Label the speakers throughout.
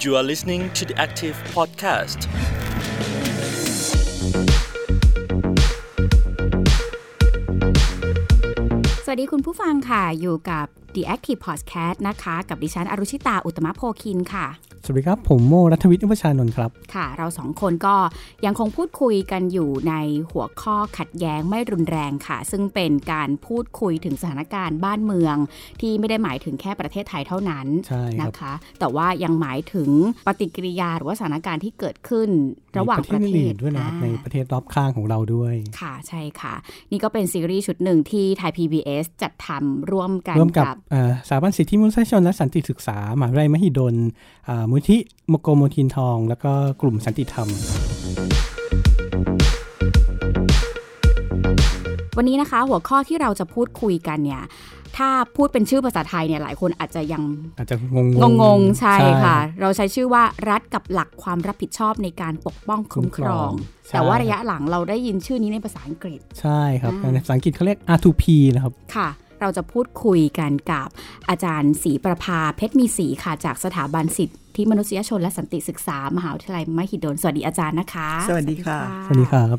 Speaker 1: You are listening to the Active Podcast
Speaker 2: สวัสดีคุณผู้ฟังค่ะ อยู่กับ The Active Podcast นะคะ กับดิฉันอรุชิตาอุตตมะโพคินค่ะ
Speaker 3: สวัสดีครับ ผมโมรัฐวิทย์อุปชานนท์ครับ
Speaker 2: ค่ะ เราสองคนก็ยังคงพูดคุยกันอยู่ในหัวข้อขัดแย้งไม่รุนแรงค่ะ ซึ่งเป็นการพูดคุยถึงสถานการณ์บ้านเมือง ที่ไม่ได้หมายถึงแค่ประเทศไทยเท่านั้น
Speaker 3: ใช่ครับ
Speaker 2: นะคะ แต่ว่ายังหมายถึงปฏิกิริยาหรือว่าสถานการณ์ที่เกิดขึ้นระหว่างประ
Speaker 3: ใน
Speaker 2: เท
Speaker 3: อื่
Speaker 2: ศ
Speaker 3: นๆด้วยนะครับ
Speaker 2: อ่า
Speaker 3: ในประเทศรอบข้างของเราด้วย
Speaker 2: ค่ะใช่ค่ะ นี่ก็เป็นซีรีส์ชุดหนึ่งที่ไทย PBS จัดทำร่วมกัน
Speaker 3: ร่วมกับเอ่อสถาบันสิทธิมนุษยชนและสันติศึกษา มหาวิทยาลัยมหิดลอ่ามูลที่มโกโมทินทอง แล้วก็กลุ่มสันติธรรม
Speaker 2: วันนี้นะคะ หัวข้อที่เราจะพูดคุยกันเนี่ย ถ้าพูดเป็นชื่อภาษาไทยเนี่ยหลายคนอาจจะยัง
Speaker 3: อาจจะงง
Speaker 2: งงงๆใช่ค่ะ เราใช้ชื่อว่ารัฐกับหลักความรับผิดชอบในการปกป้องคุ้มครอง
Speaker 3: ใช่
Speaker 2: แต่ว่าระยะหลังเราได้ยินชื่อนี้ในภาษาอังกฤษ
Speaker 3: ใช่ครับ
Speaker 2: อ่า
Speaker 3: ในภาษาอังกฤษเขาเรียก R2P นะครับ
Speaker 2: ค่ะ เราจะพูดคุยกันกับอาจารย์ศรีประภาเพชรมีศรีค่ะ จากสถาบันสิทธิมนุษยชนและสันติศึกษามหาวิทยาลัยมหิดล สวัสดีอาจารย์นะคะ
Speaker 4: สวัสดีค่ะ
Speaker 3: สวัสดีครับ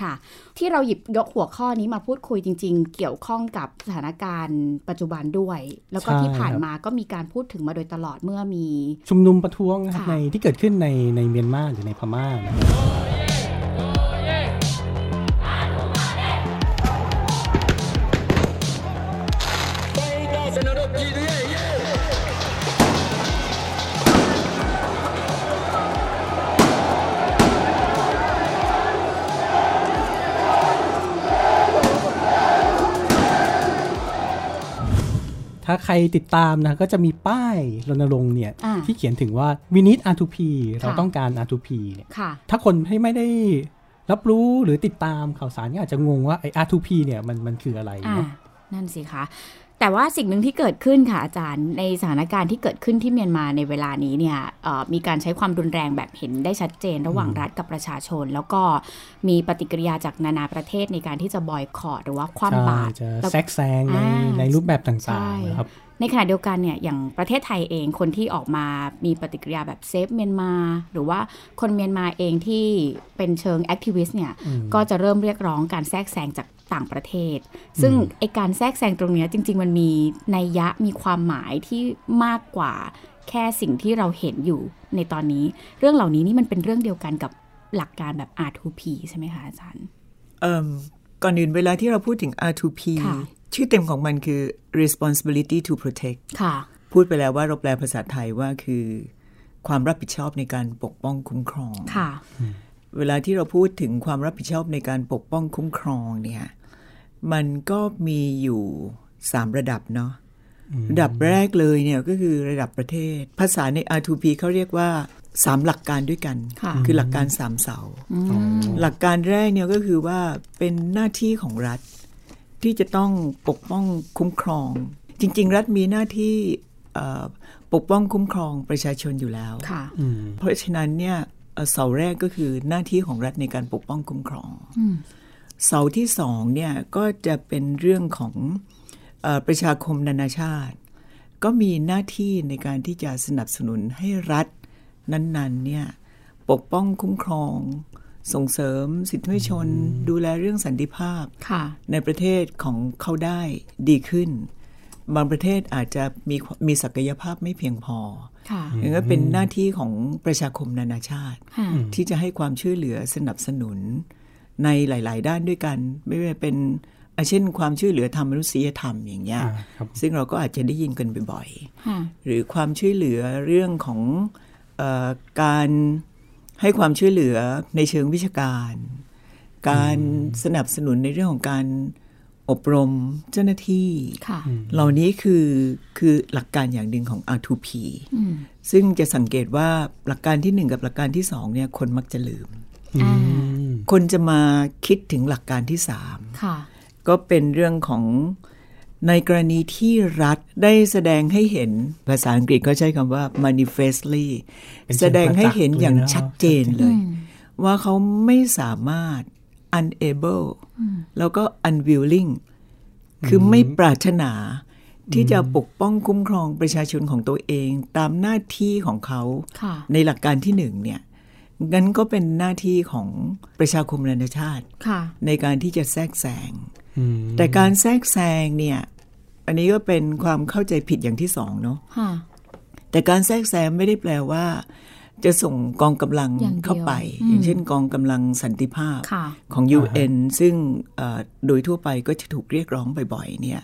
Speaker 2: ค่ะ ที่เราหยิบยกหัวข้อนี้มาพูดคุยจริง ๆ เกี่ยวข้องกับสถานการณ์ปัจจุบันด้วย แล้วก็
Speaker 3: ใช่
Speaker 2: ที่ผ่านมาก็มีการพูดถึงมาโดยตลอดเมื่อมี
Speaker 3: ชุมนุมประท้วงนะครับ
Speaker 2: ค่ะ
Speaker 3: ในที่เกิดขึ้นในในเมียนมาหรือในพม่านะครับ ถ้าใครติดตามนะก็จะมีป้ายรณรงค์เนี่ย
Speaker 2: อ่า
Speaker 3: ที่เขียนถึงว่า we need R2P เราต้องการ R2P เนี่ย
Speaker 2: ค่ะ
Speaker 3: ถ้าคนที่ไม่ได้รับรู้หรือติดตามข่าวสารก็อาจจะงงว่าไอ้ R2P เนี่ยมันมันคืออะไร
Speaker 2: อ่า
Speaker 3: เนาะ
Speaker 2: นั่นสิคะ แต่ว่าสิ่งหนึ่งที่เกิดขึ้นค่ะอาจารย์ ในสถานการณ์ที่เกิดขึ้นที่เมียนมาในเวลานี้เนี่ยเอ่อมีการใช้ความรุนแรงแบบเห็นได้ชัดเจนระหว่างรัฐกับประชาชน แล้วก็มีปฏิกิริยาจากนานาประเทศในการที่จะบอยคอรดหรือว่าค
Speaker 3: ใช่
Speaker 2: ว่ำบาตร
Speaker 3: จะ
Speaker 2: แล้ว
Speaker 3: แทรกแซงใน
Speaker 2: อ่า
Speaker 3: ในรูปแบบต
Speaker 2: ใช่
Speaker 3: ่างๆนะครับ
Speaker 2: ในขณะเดียวกันเนี่ยอย่างประเทศไทยเองคนที่ออกมามีปฏิกิริยาแบบเซฟเมียนมา หรือว่าคนเมียนมาเองที่เป็นเชิงแอคทิวิสต์เนี่ย
Speaker 3: อืม
Speaker 2: ก็จะเริ่มเรียกร้องการแทรกแซงจากต่างประเทศ ซึ่งไอการแทรกแซงตรงเนี้ยจริง ๆ มันมีนัยยะมีความหมายที่มากกว่าแค่สิ่งที่เราเห็นอยู่ในตอนนี้ เรื่องเหล่านี้นี่มันเป็นเรื่องเดียวกันกับหลักการแบบ R2P ใช่ไหมคะอาจารย์
Speaker 4: เอิ่มก่อนอื่นเวลาที่เราพูดถึง R2P
Speaker 2: ค่ะ
Speaker 4: ชื่อเต็มของมันคือ responsibility to protect
Speaker 2: ค่ะ
Speaker 4: พูดไปแล้วว่าเราแปลภาษาไทยว่าคือ ความรับผิดชอบในการปกป้องคุ้มครอง
Speaker 2: ค่ะ
Speaker 4: เวลาที่เราพูดถึงความรับผิดชอบในการปกป้องคุ้มครองเนี่ยมันก็มีอยู่สามระดับเนาะระดับแรกเลยเนี่ยก็คือระดับประเทศ ภาษาใน R2P เขาเรียกว่าสามหลักการด้วยกัน
Speaker 2: ค่ะ
Speaker 4: อหลักการสามเสา หลักการแรกเนี่ยก็คือว่าเป็นหน้าที่ของรัฐ ที่จะต้องปกป้องคุ้มครอง จริง ๆ รัฐมีหน้าที่เอ่อปกป้องคุ้มครองประชาชนอยู่แล้ว
Speaker 2: ค่ะ
Speaker 3: อืม
Speaker 4: เพราะฉะนั้นเนี่ยเอ่อเสาแรกก็คือหน้าที่ของรัฐในการปกป้องคุ้มครองเสาที่สองเนี่ยก็จะเป็นเรื่องของเออประชาคมนานาชาติ ก็มีหน้าที่ในการที่จะสนับสนุนให้รัฐนั้นๆเนี่ยปกป้องคุ้มครอง ส่งเสริมสิทธิมนุษยชน ดูแลเรื่องสันติภาพ
Speaker 2: ค่ะ
Speaker 4: ในประเทศของเขาได้ดีขึ้น บางประเทศอาจจะมีมีศักยภาพไม่เพียงพอ
Speaker 2: ค่ะ
Speaker 4: หรือว่าเป็นหน้าที่ของประชาคมนานาชาติ
Speaker 2: ค่ะ
Speaker 4: ที่จะให้ความช่วยเหลือสนับสนุนในหลาย ๆ ด้านด้วยกัน ไม่ว่าเป็นอ่ะเช่นความช่วยเหลือทางมนุษยธรรมอย่างเงี้ย
Speaker 3: อ่าครับ
Speaker 4: ซึ่งเราก็อาจจะได้ยินกันบ่อย
Speaker 2: ค่ะ
Speaker 4: ๆ หรือความช่วยเหลือเรื่องของเออการให้ความช่วยเหลือในเชิงวิชาการ การสนับสนุนในเรื่องของการอบรมเจ้าหน้าที่
Speaker 2: ค่ะ
Speaker 4: เหล่านี้คือคือหลักการอย่างหนึ่งของ R2P ซึ่งจะสังเกตว่าหลักการที่หนึ่งกับหลักการที่สองเนี่ยคนมักจะลืม
Speaker 3: อืม
Speaker 4: คนจะมาคิดถึงหลักการที่สาม
Speaker 2: ค่ะ
Speaker 4: ก็เป็นเรื่องของในกรณีที่รัฐได้แสดงให้เห็นภาษาอังกฤษก็ใช้คำว่า manifestly แสดงให้เห็นอย่างชัดเจนเลย ว่าเขาไม่สามารถ unable แล้วก็ unwilling คือไม่ปรารถนา ที่จะปกป้องคุ้มครองประชาชนของตัวเอง ตามหน้าที่ของเขา
Speaker 2: ค่ะ
Speaker 4: ในหลักการที่หนึ่งเนี่ยงั้นก็เป็นหน้าที่ของประชาคมนานาชาติ
Speaker 2: ค่ะ
Speaker 4: ในการที่จะแทรกแซง
Speaker 3: อืม
Speaker 4: แต่การแทรกแซงเนี่ย อันนี้ก็เป็นความเข้าใจผิดอย่างที่สองเนาะ
Speaker 2: ค่ะ
Speaker 4: แต่การแทรกแซงไม่ได้แปลว่า จะส่งกองกำลัง
Speaker 2: อย่างเดียว
Speaker 4: เข้าไป
Speaker 2: อืม
Speaker 4: อย่างเช่นกองกำลังสันติภาพ
Speaker 2: ค่ะ
Speaker 4: ของ UN ซึ่งเอ่อโดยทั่วไปก็จะถูกเรียกร้องบ่อยๆเนี่ย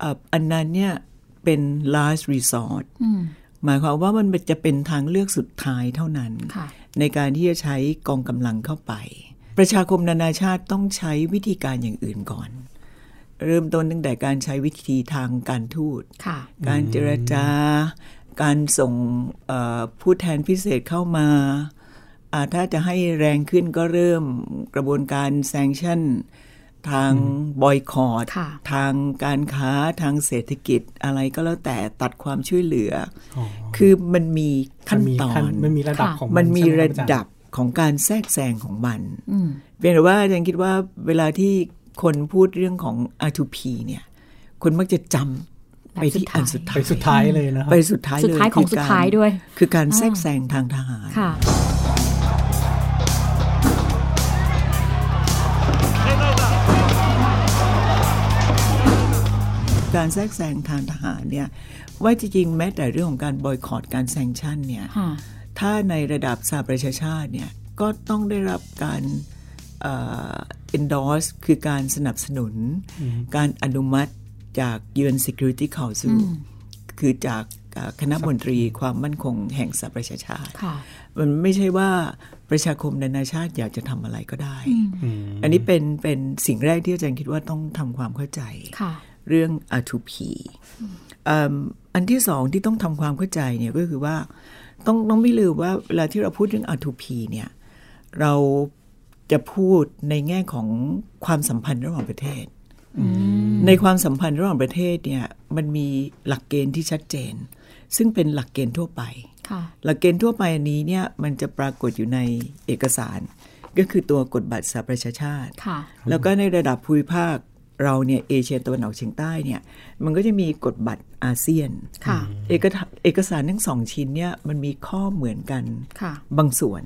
Speaker 4: เอ่ออันนั้นเนี่ยเป็น last resort
Speaker 2: อืม
Speaker 4: หมายความว่ามันจะเป็นทางเลือกสุดท้ายเท่านั้น
Speaker 2: ค่ะ
Speaker 4: ในการที่จะใช้กองกำลังเข้าไป ประชาคมนานาชาติต้องใช้วิธีการอย่างอื่นก่อน เริ่มต้นตั้งแต่การใช้วิธีทางการทูต
Speaker 2: ค่ะ
Speaker 4: การเจรจา การส่งเอ่อผู้แทนพิเศษเข้ามาอ่าถ้าจะให้แรงขึ้นก็เริ่มกระบวนการแซงชั่น ทางบอยคอรด
Speaker 2: ค่ะ
Speaker 4: ทางการค้าทางเศรษฐกิจอะไรก็แล้วแต่ตัดความช่วยเหลือ
Speaker 3: อ๋อ
Speaker 4: คือมันมีขั้น
Speaker 3: มัมี
Speaker 4: ตอน
Speaker 3: มันมีระดับของ
Speaker 4: มันมี
Speaker 3: ใช่ไหค
Speaker 4: ระ
Speaker 3: บอาจาย์
Speaker 4: ดับของการแทรกแซงของมัน
Speaker 2: อืม
Speaker 4: เพียงแต่ว่าอาจารย์คิดว่าเวลาที่คนพูดเรื่องของ R2P เนี่ย คนมักจะจำไปที่อันสุดท้าย
Speaker 3: ไปสุดท้ายเลยนะครับ
Speaker 4: ไปสุดท้าย
Speaker 2: สุด
Speaker 4: เลย
Speaker 2: ท้ายของ
Speaker 4: คื
Speaker 2: สุดท้าย
Speaker 4: กร
Speaker 2: ด้วย
Speaker 4: คือการแทรกแซงทางทหาร
Speaker 2: ค่ะ
Speaker 4: การแทรกแซงทางทหารเนี่ยว่าจริงๆแม้แต่เรื่องของการบอยคอรดการแซงชั่นเนี่ย
Speaker 2: ค่ะ
Speaker 4: ถ้าในระดับสหประชาชาติเนี่ยก็ต้องได้รับการเอ่อ endorse คือการสนับสนุน การอนุมัติจาก UN Security Council คือจากเอ่อคณะมนตรีความมั่นคงแห่งสหประชาชาติ
Speaker 2: ค่ะ
Speaker 4: มันไม่ใช่ว่าประชาคมนานาชาติอยากจะทำอะไรก็ได้ อันนี้เป็นเป็นสิ่งแรกที่อาจารย์คิดว่าต้องทำความเข้าใจ
Speaker 2: ค่ะ
Speaker 4: เรื่อง R2P เอิ่มอันที่สองที่ต้องทำความเข้าใจเนี่ยก็คือว่าต้องต้องไม่ลืมว่าเวลาที่เราพูดเรื่อง R2P เนี่ยเราจะพูดในแง่ของความสัมพันธ์ระหว่างประเทศ ในความสัมพันธ์ระหว่างประเทศเนี่ยมันมีหลักเกณฑ์ที่ชัดเจน ซึ่งเป็นหลักเกณฑ์ทั่วไป
Speaker 2: ค่ะ
Speaker 4: หลักเกณฑ์ทั่วไปอันนี้เนี่ยมันจะปรากฏอยู่ในเอกสาร ก็คือตัวกฎบัตรสหประชาชาติ
Speaker 2: ค่ะ
Speaker 4: แล้วก็ในระดับภูมิภาคเราเนี่ยเอเชียตะวันออกเฉียงใต้เนี่ยมันก็จะมีกฎบัตรอาเซียน
Speaker 2: ค่ะ
Speaker 4: เอกทะเอกสารทั้งสองชิ้นเนี่ยมันมีข้อเหมือนกัน
Speaker 2: ค่ะ
Speaker 4: บางส่วน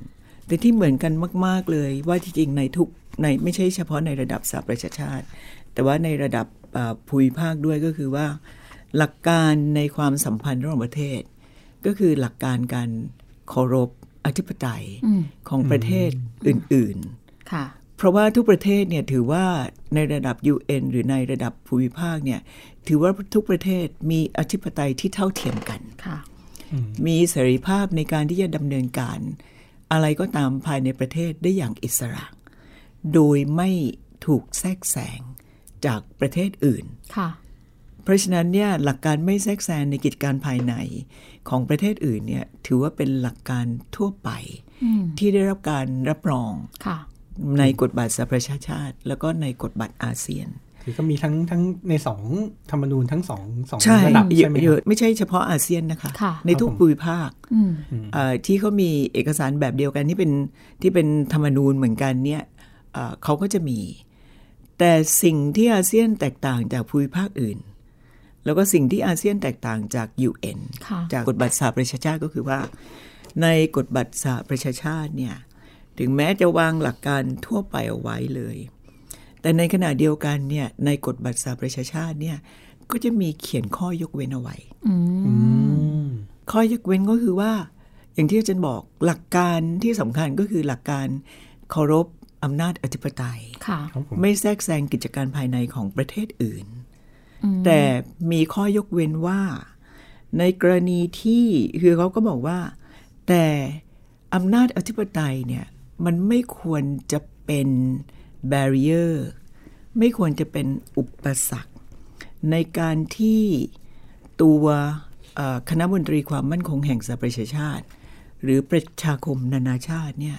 Speaker 4: แต่ที่เหมือนกันมาก ๆ เลยว่าจริงๆในทุกในไม่ใช่เฉพาะในระดับสหประชาชาติ แต่ว่าในระดับเอ่อภูมิภาคด้วยก็คือว่า หลักการในความสัมพันธ์ระหว่างประเทศ ก็คือหลักการการเคารพอธิปไตยของประเทศอื่น ๆ
Speaker 2: ค่ะ
Speaker 4: เพราะว่าทุกประเทศเนี่ยถือว่าในระดับ UN หรือในระดับภูมิภาคเนี่ยถือว่าทุกประเทศมีอธิปไตยที่เท่าเทียมกัน
Speaker 2: ค่ะ
Speaker 4: มีเสรีภาพในการที่จะดำเนินการ อะไรก็ตามภายในประเทศได้อย่างอิสระ โดยไม่ถูกแทรกแซงจากประเทศอื่น
Speaker 2: ค่ะ
Speaker 4: เพราะฉะนั้นเนี่ยหลักการไม่แทรกแซงในกิจการภายในของประเทศอื่นเนี่ยถือว่าเป็นหลักการทั่วไป ที่ได้รับการรับรอง
Speaker 2: ค่ะ
Speaker 4: ในกฎบัตรสหประชาชาติ แล้วก็ในกฎบัตรอาเซียน
Speaker 3: คือก็มีทั้งทั้งในสองธรรมนูญทั้งสองสองระดับ
Speaker 4: เย
Speaker 3: ใช่
Speaker 4: อะ
Speaker 3: ไหมค
Speaker 4: เย
Speaker 3: รั
Speaker 4: อะ
Speaker 3: บ
Speaker 4: ไม่ใช่เฉพาะอาเซียนนะคะ
Speaker 2: ค่ะ
Speaker 4: ในทุก
Speaker 3: ครับผม
Speaker 4: ภูมิภาค
Speaker 2: อืม
Speaker 4: เอ่อที่เขามีเอกสารแบบเดียวกันที่เป็นที่เป็นธรรมนูญเหมือนกันเนี่ยเอ่อเขาก็จะมี แต่สิ่งที่อาเซียนแตกต่างจากภูมิภาคอื่น แล้วก็สิ่งที่อาเซียนแตกต่างจาก UN
Speaker 2: ค่ะ
Speaker 4: จากกฎบัตรสหประชาชาติก็คือว่า ในกฎบัตรสหประชาชาติเนี่ยถึงแม้จะวางหลักการทั่วไปเอาไว้เลย แต่ในขณะเดียวกันเนี่ยในกฎบัตรสหประชาชาติเนี่ยก็จะมีเขียนข้อยกเว้นเอาไว้
Speaker 2: อืม
Speaker 3: อืม
Speaker 4: ข้อยกเว้นก็คือว่า อย่างที่อาจารย์บอกหลักการที่สำคัญก็คือหลักการเคารพอำนาจอธิปไตย
Speaker 2: ค่ะ
Speaker 3: ครับผม
Speaker 4: ไม่แทรกแซงกิจการภายในของประเทศอื่น แต่มีข้อยกเว้นว่า ในกรณีที่คือเขาก็บอกว่า แต่อำนาจอธิปไตยเนี่ยมันไม่ควรจะเป็นบ a r r i e r ไม่ควรจะเป็นอุปสรรค ในการที่ตัวเอ่อคณะมนตรีความมั่นคงแห่งสหประชาชาติ หรือประชาคมนานาชาติเนี่ย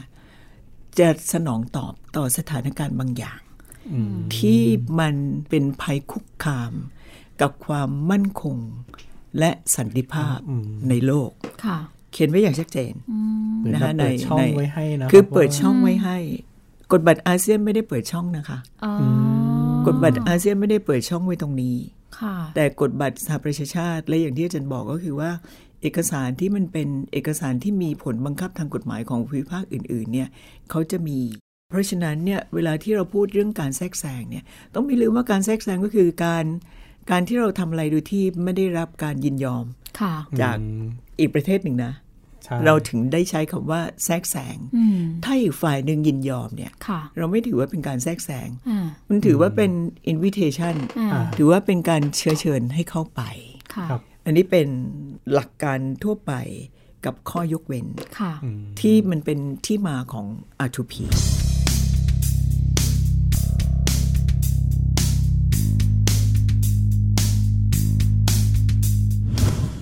Speaker 4: จะสนองตอบต่อสถานการณ์บางอย่าง ที่มันเป็นภัยคุกคาม กับความมั่นคงและสันติภาพในโลก
Speaker 2: ค่ะ
Speaker 4: เขียนไว้อย่างชัดเจน
Speaker 3: เหมือนเรา
Speaker 4: นะคะ
Speaker 3: เปิด
Speaker 4: ใน
Speaker 3: ช่อง
Speaker 4: ใน
Speaker 3: ไว้ให้นะ
Speaker 4: คือ
Speaker 3: รับ
Speaker 4: เปิด
Speaker 3: ว่า
Speaker 4: ช่องไว้ให้ กฎบัตรอาเซียนไม่ได้เปิดช่องนะคะ
Speaker 2: อ๋อ
Speaker 4: กฎบัตรอาเซียนไม่ได้เปิดช่องไว้ตรงนี้
Speaker 2: ค่ะ
Speaker 4: แต่กฎบัตรสหประชาชาติ และอย่างที่อาจารย์บอกก็คือว่า เอกสารที่มันเป็นเอกสารที่มีผลบังคับทางกฎหมายของภูมิภาคอื่นๆเนี่ยเขาจะมี เพราะฉะนั้นเนี่ยเวลาที่เราพูดเรื่องการแทรกแซงเนี่ยต้องไม่ลืมว่าการแทรกแซงก็คือการการที่เราทำอะไรโดยที่ไม่ได้รับการยินยอม
Speaker 2: ค่ะ
Speaker 4: จากอีกประเทศหนึ่งนะ
Speaker 3: ใช่
Speaker 4: เราถึงได้ใช้คำว่าแทรกแซง
Speaker 2: อืม
Speaker 4: ถ้าอีกฝ่ายหนึ่งยินยอมเนี่ย
Speaker 2: ค่ะ
Speaker 4: เราไม่ถือว่าเป็นการแทรกแซง
Speaker 2: อ่า
Speaker 4: มันถือว่าเป็น invitation
Speaker 2: อ่า
Speaker 4: ถือว่าเป็นการเชื้อเชิญให้เข้าไป
Speaker 2: ค่ะ
Speaker 3: ครับ
Speaker 4: อันนี้เป็นหลักการทั่วไปกับข้อยกเว้น
Speaker 2: ค่ะ
Speaker 4: ที่มันเป็นที่มาของ R2P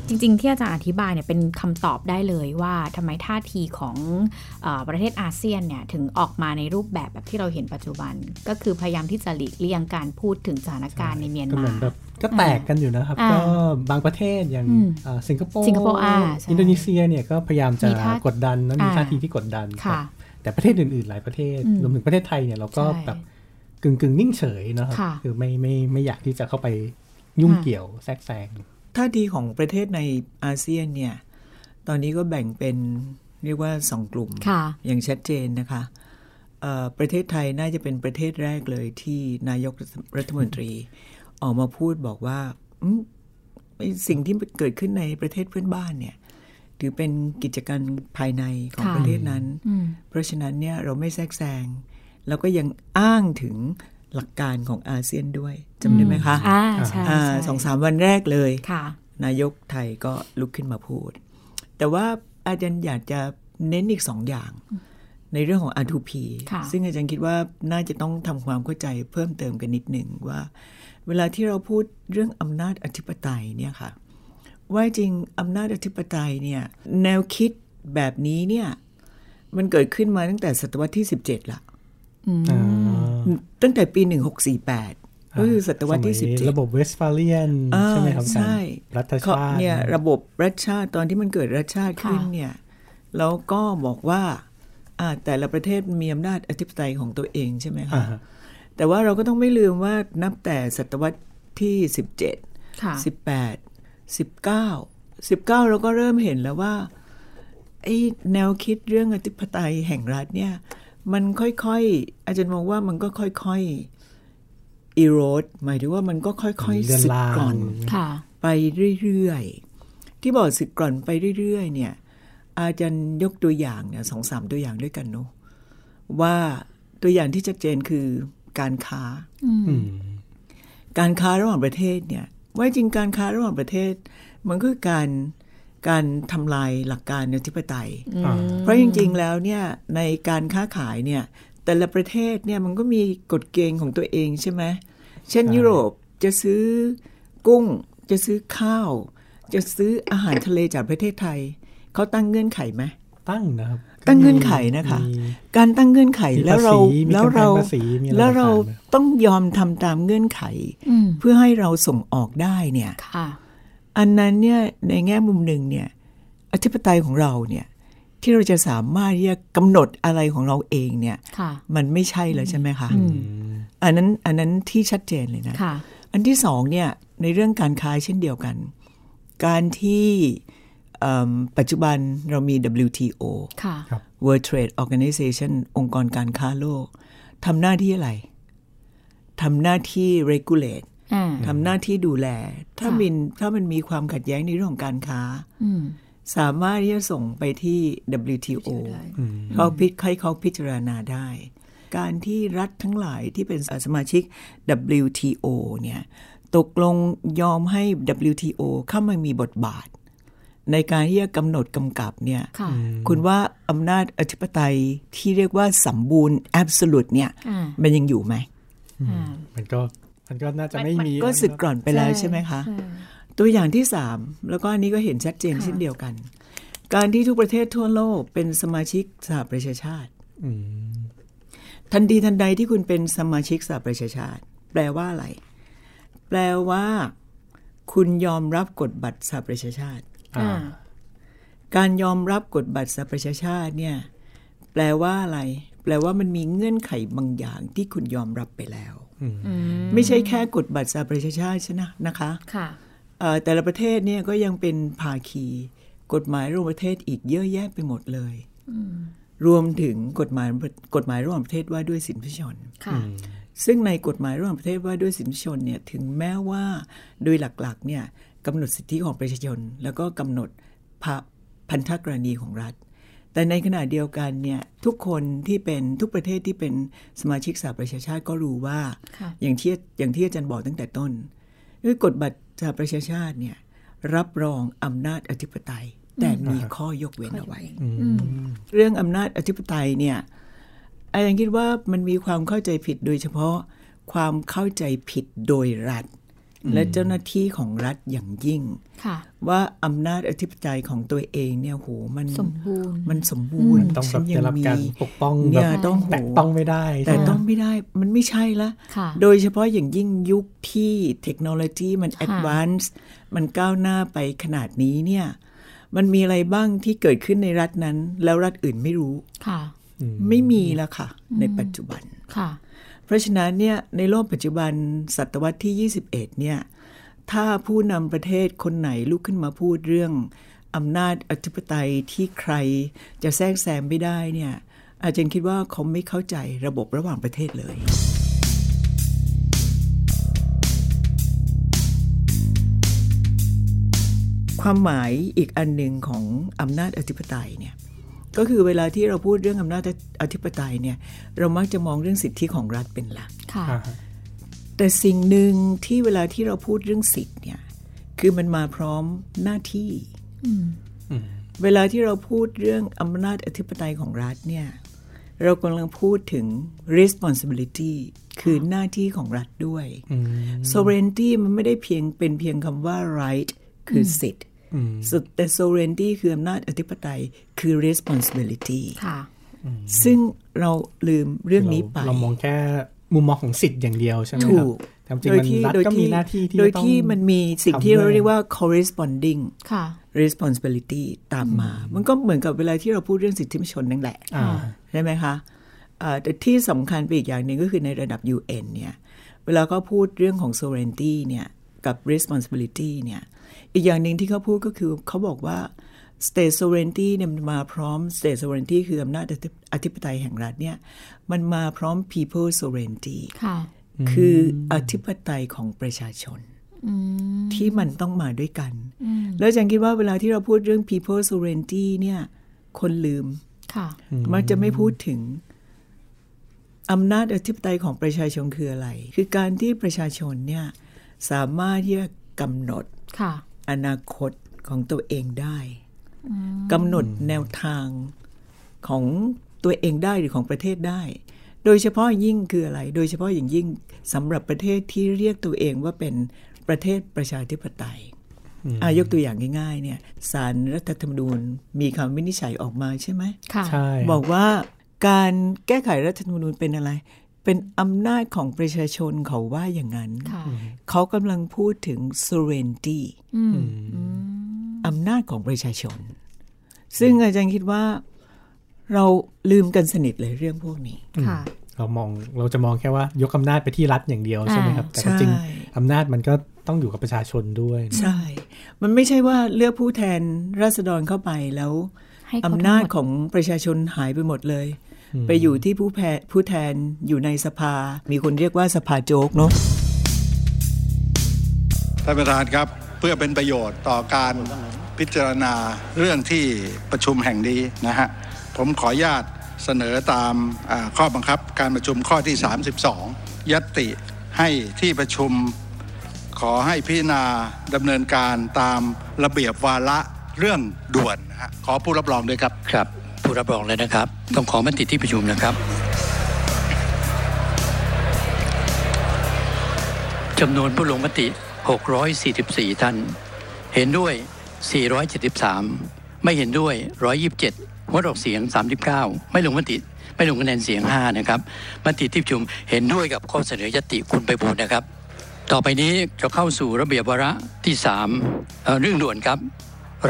Speaker 2: จริงๆ ที่อาจารย์อธิบายเนี่ยเป็นคำตอบได้เลยว่าทำไมท่าทีของเออประเทศอาเซียนเนี่ยถึงออกมาในรูปแบบแบบที่เราเห็นปัจจุบัน ก็คือพยายามที่จะหลีกเลี่ยงการพูดถึงสถานการณ์ในเมียน
Speaker 3: ก็เห
Speaker 2: มา
Speaker 3: มือนแบบก็แตกกันอยู่นะครับ
Speaker 2: อ่า
Speaker 3: ก็บางประเทศอย่าง
Speaker 2: อืม
Speaker 3: อ่าสิงคโปร์
Speaker 2: สิงคโปร์อ่าใช่
Speaker 3: อินโดนีเซียเนี่ยก็พยายามจะ
Speaker 2: มีท่าก
Speaker 3: ดดันนะมี
Speaker 2: อ่า
Speaker 3: ท่าทีที่กดดัน
Speaker 2: ค่ะ
Speaker 3: รับแต่ประเทศอื่นๆ หลายประเทศ
Speaker 2: อืม
Speaker 3: รวมถึงประเทศไทยเนี่ยเราก็
Speaker 2: ใช่
Speaker 3: แบบกึ่งกึ่งๆนิ่งเฉยนะครับ
Speaker 2: ค่ะ
Speaker 3: คือไม่ไม่ไม่อยากที่จะเข้าไปยุ่ง
Speaker 2: ค่ะ
Speaker 3: เกี่ยวแทรกแซง
Speaker 4: ท่าทีของประเทศในอาเซียนเนี่ย ตอนนี้ก็แบ่งเป็นเรียกว่าสองกลุ่ม
Speaker 2: ค่ะ
Speaker 4: อย่างชัดเจนนะคะเอ่อประเทศไทยน่าจะเป็นประเทศแรกเลยที่นายกรัฐรัฐมนตรี ออกมาพูดบอกว่าอืมไอ้สิ่งที่เกิดขึ้นในประเทศเพื่อนบ้านเนี่ย ถือเป็นกิจการภายในของ
Speaker 2: ค่ะ
Speaker 4: ประเทศนั้น
Speaker 2: อืม
Speaker 4: เพราะฉะนั้นเนี่ยเราไม่แทรกแซงแล้วก็ยังอ้างถึงหลักการของอาเซียนด้วยจำได้ไหมคะ
Speaker 2: อ่า ใช่
Speaker 4: อ่า
Speaker 2: ใช่
Speaker 4: สองสามวันแรกเลย
Speaker 2: ค่ะ
Speaker 4: นายกไทยก็ลุกขึ้นมาพูด แต่ว่าอาจารย์อยากจะเน้นอีกสองอย่าง ในเรื่องของ R2P
Speaker 2: ค่ะ
Speaker 4: ซึ่งอาจารย์คิดว่าน่าจะต้องทำความเข้าใจเพิ่มเติมกันนิดหนึ่งว่า เวลาที่เราพูดเรื่องอำนาจอธิปไตยเนี่ยค่ะ ว่าจริงอำนาจอธิปไตยเนี่ยแนวคิดแบบนี้เนี่ยมันเกิดขึ้นมาตั้งแต่ศตวรรษที่ 17ละ
Speaker 2: อืม
Speaker 4: ตั้งแต่ปี 1648ก็คือศตวรรษที่
Speaker 3: มัย
Speaker 4: 17
Speaker 3: ระบบเวสต์ฟาเลียน
Speaker 4: อ่า
Speaker 3: ใช่ไหมครับอาจารย์
Speaker 4: ใช่
Speaker 3: รัฐ
Speaker 4: เขา
Speaker 3: ชาติ
Speaker 4: เนี่ยระบบรัฐชาติตอนที่มันเกิดรัฐชาติขึ้น
Speaker 2: ค่ะ
Speaker 4: เนี่ยแล้วก็บอกว่าอ่าแต่ละประเทศมีอำนาจอธิปไตยของตัวเองใช่ไหม
Speaker 3: อ่า
Speaker 4: คะ
Speaker 3: ฮะ
Speaker 4: แต่ว่าเราก็ต้องไม่ลืมว่านับแต่ศตวรรษที่ 17
Speaker 2: ค่ะ
Speaker 4: 18 19 19 เราก็เริ่มเห็นแล้วว่าไอ้แนวคิดเรื่องอธิปไตยแห่งรัฐเนี่ยมันค่อยๆ อาจารย์มองว่ามันก็ค่อยๆ erode หมายถึงว่ามันก็ค่อย
Speaker 3: เดือ
Speaker 4: ๆ
Speaker 3: น
Speaker 4: สึก
Speaker 3: ลาก
Speaker 4: ร่อน
Speaker 3: ง
Speaker 2: ค่ะ
Speaker 4: ไปเรื่อยๆ ที่บอกสึกกร่อนไปเรื่อยๆ เนี่ย อาจารย์ยกตัวอย่างเนี่ยสองสามตัวอย่างด้วยกันเนาะว่าตัวอย่างที่ชัดเจนคือการค้า
Speaker 3: อืม
Speaker 4: การค้าระหว่างประเทศเนี่ยว่าจริงการค้าระหว่างประเทศ มันก็คือการการทำลายหลักการอธิปไตย
Speaker 3: อ่า
Speaker 4: เพราะจริงๆ แล้วเนี่ยในการค้าขายเนี่ยแต่ละประเทศเนี่ยมันก็มีกฎเกณฑ์ของตัวเองใช่ไหมเช่นยุโรปจะซื้อกุ้ง จะซื้อข้าว จะซื้ออาหารทะเลจากประเทศไทย เขาตั้งเงื่อนไขไหม
Speaker 3: ตั้งนะครับ
Speaker 4: ตั้งเงื่อนไขนะคะ
Speaker 3: มี
Speaker 4: การตั้งเงื่อนไข
Speaker 3: มี
Speaker 4: แล้วเรา
Speaker 3: ภาษีมี
Speaker 4: แล้วเรา
Speaker 3: กำแพงภาษีมีอะไร
Speaker 4: แล้วเรา
Speaker 3: ต่างๆนะ
Speaker 4: ต้องยอมทำตามเงื่อนไข
Speaker 2: อืม
Speaker 4: เพื่อให้เราส่งออกได้เนี่ย
Speaker 2: ค่ะ
Speaker 4: อันนั้นเนี่ยในแง่มุมหนึ่งเนี่ยอธิปไตยของเราเนี่ยที่เราจะสามารถที่จะกำหนดอะไรของเราเองเนี่ย
Speaker 2: ค่ะ
Speaker 4: มันไม่ใช่แล้วใช่ไหมคะ
Speaker 2: อืม
Speaker 4: อันนั้นอันนั้นที่ชัดเจนเลยนะ
Speaker 2: ค่ะ
Speaker 4: อันที่สองเนี่ยในเรื่องการค้าเช่นเดียวกัน การที่เอิ่มปัจจุบันเรามี WTO
Speaker 2: ค่ะ
Speaker 4: World Trade Organization องค์กรการค้าโลกทำหน้าที่อะไรทำหน้าที่ regulate
Speaker 2: อ่า
Speaker 4: ทำหน้าที่ดูแล ถ้า
Speaker 2: ค่ะ
Speaker 4: มินถ้ามันมีความขัดแย้งในเรื่องของการค้า
Speaker 2: อืม
Speaker 4: สามารถที่จะส่งไปที่ WTO
Speaker 3: อืม
Speaker 4: เขาพิจให้เขาพิจารณาได้ การที่รัฐทั้งหลายที่เป็นสมาชิก WTO เนี่ยตกลงยอมให้ WTO เข้ามามีบทบาท ในการที่จะกำหนดกำกับเนี่ย
Speaker 2: ค่ะ
Speaker 4: คุณว่าอำนาจอธิปไตยที่เรียกว่าสมบูรณ์ absolute เนี่ย
Speaker 2: อ่า
Speaker 4: มันยังอยู่ไหม
Speaker 2: อ่า
Speaker 3: มันก็มันก็น่าจะไม่มี
Speaker 4: ก็สึกกร่อนไปแล้ว
Speaker 2: ใช่
Speaker 4: ใช่ไหมคะ
Speaker 2: ใช่
Speaker 4: ตัวอย่างที่สามแล้วก็อันนี้ก็เห็นชัดเจนเช่นเดียวกัน การที่ทุกประเทศทั่วโลกเป็นสมาชิกสหประชาชาติ
Speaker 3: อืม
Speaker 4: ทันทีทันใดที่คุณเป็นสมาชิกสหประชาชาติ แปลว่าอะไร แปลว่า คุณยอมรับกฎบัตรสหประชาชาติ
Speaker 3: อ่า
Speaker 2: อ่า
Speaker 4: การยอมรับกฎบัตรสหประชาชาติเนี่ยแปลว่าอะไร แปลว่ามันมีเงื่อนไขบางอย่างที่คุณยอมรับไปแล้ว
Speaker 5: อื
Speaker 4: ไม่ใช่แค่กฎบัตรสหประชาชาติใช่นะนะคะ
Speaker 5: ค่ะ
Speaker 4: เอ่อแต่ละประเทศเนี่ยก็ยังเป็นภาคี กฎหมายร่วมประเทศอีกเยอะแยะไปหมดเลย รวมถึงกฎหมายกฎหมายร่วมประเทศว่าด้วยสินธิชน
Speaker 5: ค่ะ
Speaker 4: ซึ่งในกฎหมายระหว่างประเทศว่าด้วยสิทธิชนเนี่ยถึงแม้ว่าโดยหลักๆเนี่ยกำหนดสิทธิของประชาชน แล้วก็กำหนดพะพันธกรณีของรัฐ แต่ในขณะเดียวกันเนี่ยทุกคนที่เป็นทุกประเทศที่เป็นสมาชิกสหประชาชาติก็รู้ว่า
Speaker 5: ค่ะ
Speaker 4: อย่างที่อย่างที่อาจารย์บอกตั้งแต่ต้นคือกฎบัตรสหประชาชาติเนี่ยรับรองอำนาจอธิปไตย แต่มีข้อยกเว้นเอาไว้ เรื่องอำนาจอธิปไตยเนี่ยอาจารย์คิดว่ามันมีความเข้าใจผิดโดยเฉพาะความเข้าใจผิดโดยรัฐ และเจ้าหน้าที่ของรัฐอย่างยิ่ง
Speaker 5: ค่ะ
Speaker 4: ว่าอำนาจอธิปไตยของตัวเองเนี่ยโหมัน
Speaker 5: สมบูรณ์
Speaker 4: มันสมบูรณ์
Speaker 3: ต้องแบ
Speaker 4: ฉั
Speaker 3: บ
Speaker 4: นยั
Speaker 3: จะรับ
Speaker 4: มี
Speaker 3: การปกป้อง
Speaker 4: เนี่
Speaker 3: แบ
Speaker 4: ย
Speaker 3: บ
Speaker 4: ต้อง
Speaker 3: แตะ
Speaker 4: โห
Speaker 3: ต้องไม่ได้
Speaker 4: แต่
Speaker 3: ใช่ไหม
Speaker 4: ต้องไม่ได้มันไม่ใช่ละ
Speaker 5: ค่ะ
Speaker 4: โดยเฉพาะอย่างยิ่งยุคที่เทคโนโลยีมันแอ
Speaker 5: ค่ะ
Speaker 4: ดวานซ์มันก้าวหน้าไปขนาดนี้เนี่ยมันมีอะไรบ้างที่เกิดขึ้นในรัฐนั้น แล้วรัฐอื่นไม่รู้
Speaker 5: ค่ะ
Speaker 4: ไม่มีแล้วค่ะ ในปัจจุบัน
Speaker 5: ค่ะ
Speaker 4: เพราะฉะนั้นเนี่ยในโลกปัจจุบันศตวรรษที่ 21 เนี่ยถ้าผู้นำประเทศคนไหนลุกขึ้นมาพูดเรื่องอำนาจอธิปไตยที่ใครจะแทรกแซงไม่ได้เนี่ยอาจารย์คิดว่าเขาไม่เข้าใจระบบระหว่างประเทศเลย ความหมายอีกอันหนึ่งของอำนาจอธิปไตยเนี่ย ก็คือเวลาที่เราพูดเรื่องอำนาจอธิปไตยเนี่ยเรามักจะมองเรื่องสิทธิของรัฐเป็นหลัก
Speaker 5: ค่ะ
Speaker 4: แต่สิ่งหนึ่งที่เวลาที่เราพูดเรื่องสิทธิเนี่ยคือมันมาพร้อมหน้าที่เวลาที่เราพูดเรื่องอำนาจอธิปไตยของรัฐเนี่ยเรากำลังพูดถึง responsibility คือหน้าที่ของรัฐด้วย sovereignty มันไม่ได้เพียงเป็นเพียงคำว่า right คือสิทธิ์สุดแต่ sovereignty คืออำนาจอธิปไตยคือ responsibility
Speaker 5: ค่ะ
Speaker 4: ซึ่งเราลืมเรื่องนี้ไป
Speaker 3: เรามองแค่มุมมองของสิทธิ์อย่างเดียวใช่ไหมครั
Speaker 4: ถู
Speaker 3: บ
Speaker 4: ก
Speaker 3: แต่จริงๆมันรัฐก็มีหน้าที่ที่
Speaker 4: โดย
Speaker 3: ต้อง
Speaker 4: ที่มันมีสิ่ง
Speaker 3: ทำ
Speaker 4: ที่เรา
Speaker 3: ด้วย
Speaker 4: เรียกว่า corresponding
Speaker 5: ค่ะ
Speaker 4: responsibility ตามมา มันก็เหมือนกับเวลาที่เราพูดเรื่องสิทธิมนุษยชนนั่นแหละ
Speaker 3: อ่า
Speaker 4: ใช่ไหมคะเอ่อแต่ที่สำคัญไปอีกอย่างหนึ่งก็คือในระดับ UN เนี่ย เวลาเขาพูดเรื่องของ sovereignty เนี่ย กับ responsibility เนี่ย อีกอย่างหนึ่งที่เขาพูดก็คือเขาบอกว่า state sovereignty เนี่ยมันมาพร้อม state sovereignty คืออำนาจอธิปอธิปไตยแห่งรัฐเนี่ย มันมาพร้อม people sovereignty
Speaker 5: ค่ะ
Speaker 4: คืออธิปไตยของประชาชน ที่มันต้องมาด้วยกัน แล้วอาจารย์คิดว่าเวลาที่เราพูดเรื่อง people sovereignty เนี่ย คนลืม
Speaker 5: ค่ะ
Speaker 4: มักจะไม่พูดถึงอำนาจอธิปไตยของประชาชนคืออะไร คือการที่ประชาชนเนี่ยสามารถที่จะกำหนด
Speaker 5: ค่ะ
Speaker 4: อนาคตของตัวเองได้กำหนดแนวทางของตัวเองได้หรือของประเทศได้ โดยเฉพาะยิ่งคืออะไร โดยเฉพาะอย่างยิ่งสำหรับประเทศที่เรียกตัวเองว่าเป็นประเทศประชาธิปไตย อายกตัวอย่างง่ายๆเนี่ยสารรัฐธรรมนูญมีคำวินิจฉัยออกมาใช่ไหม
Speaker 5: ค่ะ
Speaker 3: ใช่
Speaker 4: บอกว่าการแก้ไขรัฐธรรมนูญเป็นอะไร เป็นอำนาจของประชาชนเขาว่าอย่างนั้น
Speaker 5: ค่ะ
Speaker 4: เขากำลังพูดถึง sovereignty อำนาจของประชาชน ซึ่งอาจารย์คิดว่าเราลืมกันสนิทเลยเรื่องพวกนี้
Speaker 5: ค่ะ
Speaker 3: เรามองเราจะมองแค่ว่ายกอำนาจไปที่รัฐอย่างเดียวใช่ไหมครับ แต่จริง
Speaker 4: ใช่
Speaker 3: ๆอำนาจมันก็ต้องอยู่กับประชาชนด้วยนะ
Speaker 4: ใช่ มันไม่ใช่ว่าเลือกผู้แทนราษฎรเข้าไปแล้ว
Speaker 5: ให้เขทั้งหมด
Speaker 4: อำนาจของประชาชนหายไปหมดเลย ไปอยู่ที่ผู้แพผู้แทนอยู่ในสภา มีคนเรียกว่าสภาโจ๊กเนาะ
Speaker 6: ท่านประธานครับเพื่อเป็นประโยชน์ต่อการพิจารณาเรื่องที่ประชุมแห่งนี้นะฮะผมขออนุญาตเสนอตามอ่าข้อบังคับการประชุมข้อที่ 32 ยตติให้ที่ประชุม ขอให้พิจารณาดำเนินการตามระเบียบวาระเรื่องด่วนนะฮะขอผู้รับรองด้วยครับ
Speaker 7: ครับ ผู้รับรองเลยนะครับ ต้องขอมติที่ประชุมนะครับจำนวนผู้ลงมติ 644 ท่าน เห็นด้วย 473 ไม่เห็นด้วย 127งดออกเสียง 39 ไม่ลงมติ ไม่ลงคะแนนเสียง 5 นะครับมติที่ประชุมเห็นด้วยกับข้อเสนอยติคุณไปบูลย์นะครับ ต่อไปนี้จะเข้าสู่ระเบียบวาระที่3เอ่อเรื่องด่วนครับ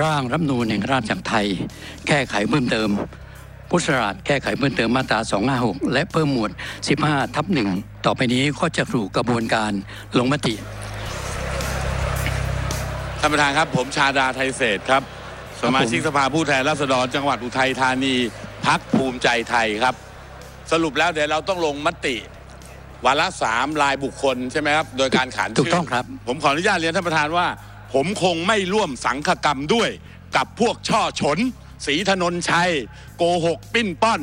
Speaker 7: ร่างรัฐธรรมนูญแห่งราชจักรไทย แก้ไขเพิ่มเติม พุทธศักราชแก้ไขเพิ่มเติมมาตรา 256 และเพิ่มหมวด 15 ทับหนึ่งต่อไปนี้ก็จะสู่กระบวนการลงมติ
Speaker 5: ท่านประธานครับ ผมชาดาไทยเศษครับ สมาชิกสภาผู้แทนราษฎรจังหวัดอุทัยธานีพักภูมิใจไทยครับ สรุปแล้วเดี๋ยวเราต้องลงมติ วาระสามลายบุคคลใช่ไหมครับ โดยการขานชื่
Speaker 7: ถูกต้องครับ
Speaker 5: ผมขออนุญาตเรียนท่านประธานว่า ผมคงไม่ร่วมสังฆกรรมด้วยกับพวกช่อฉนสีถนนชัย โกหกปิ้นป้อน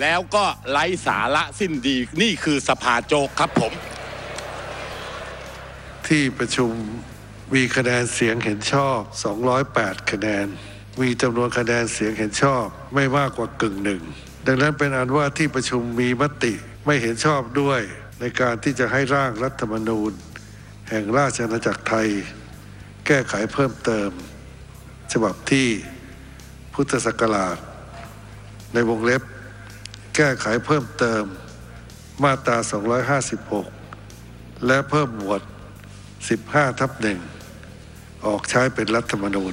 Speaker 5: แล้วก็ไร้สาระสิ้นดีนี่คือสภาโจกครับผม
Speaker 8: ที่ประชุมมีคะแนนเสียงเห็นชอบ 208 คะแนน มีจำนวนคะแนนเสียงเห็นชอบไม่มากกว่ากึ่งหนึ่ง ดังนั้นเป็นอันว่าที่ประชุมมีมติไม่เห็นชอบด้วย ในการที่จะให้ร่างรัฐธรรมนูญ แห่งราชอาณาจักรไทย แก้ไขเพิ่มเติม ฉบับที่พุทธศักราช ในวงเล็บ แก้ไขเพิ่มเติมมาตรา 256 และเพิ่มหมวด 15ทับหนึ่งออกใช้เป็นรัฐธรรมนูญ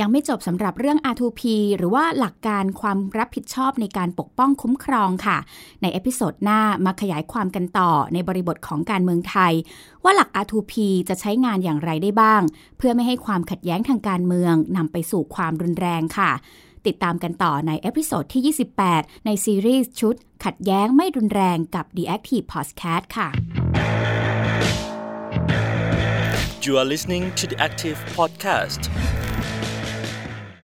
Speaker 2: ยังไม่จบสำหรับเรื่อง R2P หรือว่าหลักการความรับผิดชอบในการปกป้องคุ้มครองค่ะ ในเอพิโซดหน้ามาขยายความกันต่อในบริบทของการเมืองไทย ว่าหลัก R2P จะใช้งานอย่างไรได้บ้าง เพื่อไม่ให้ความขัดแย้งทางการเมืองนำไปสู่ความรุนแรงค่ะ ติดตามกันต่อในเอพิโซดที่ 28 ในซีรีส์ชุด ขัดแย้งไม่รุนแรงกับ The Active Podcast ค่ะ
Speaker 1: You are listening to the Active Podcast.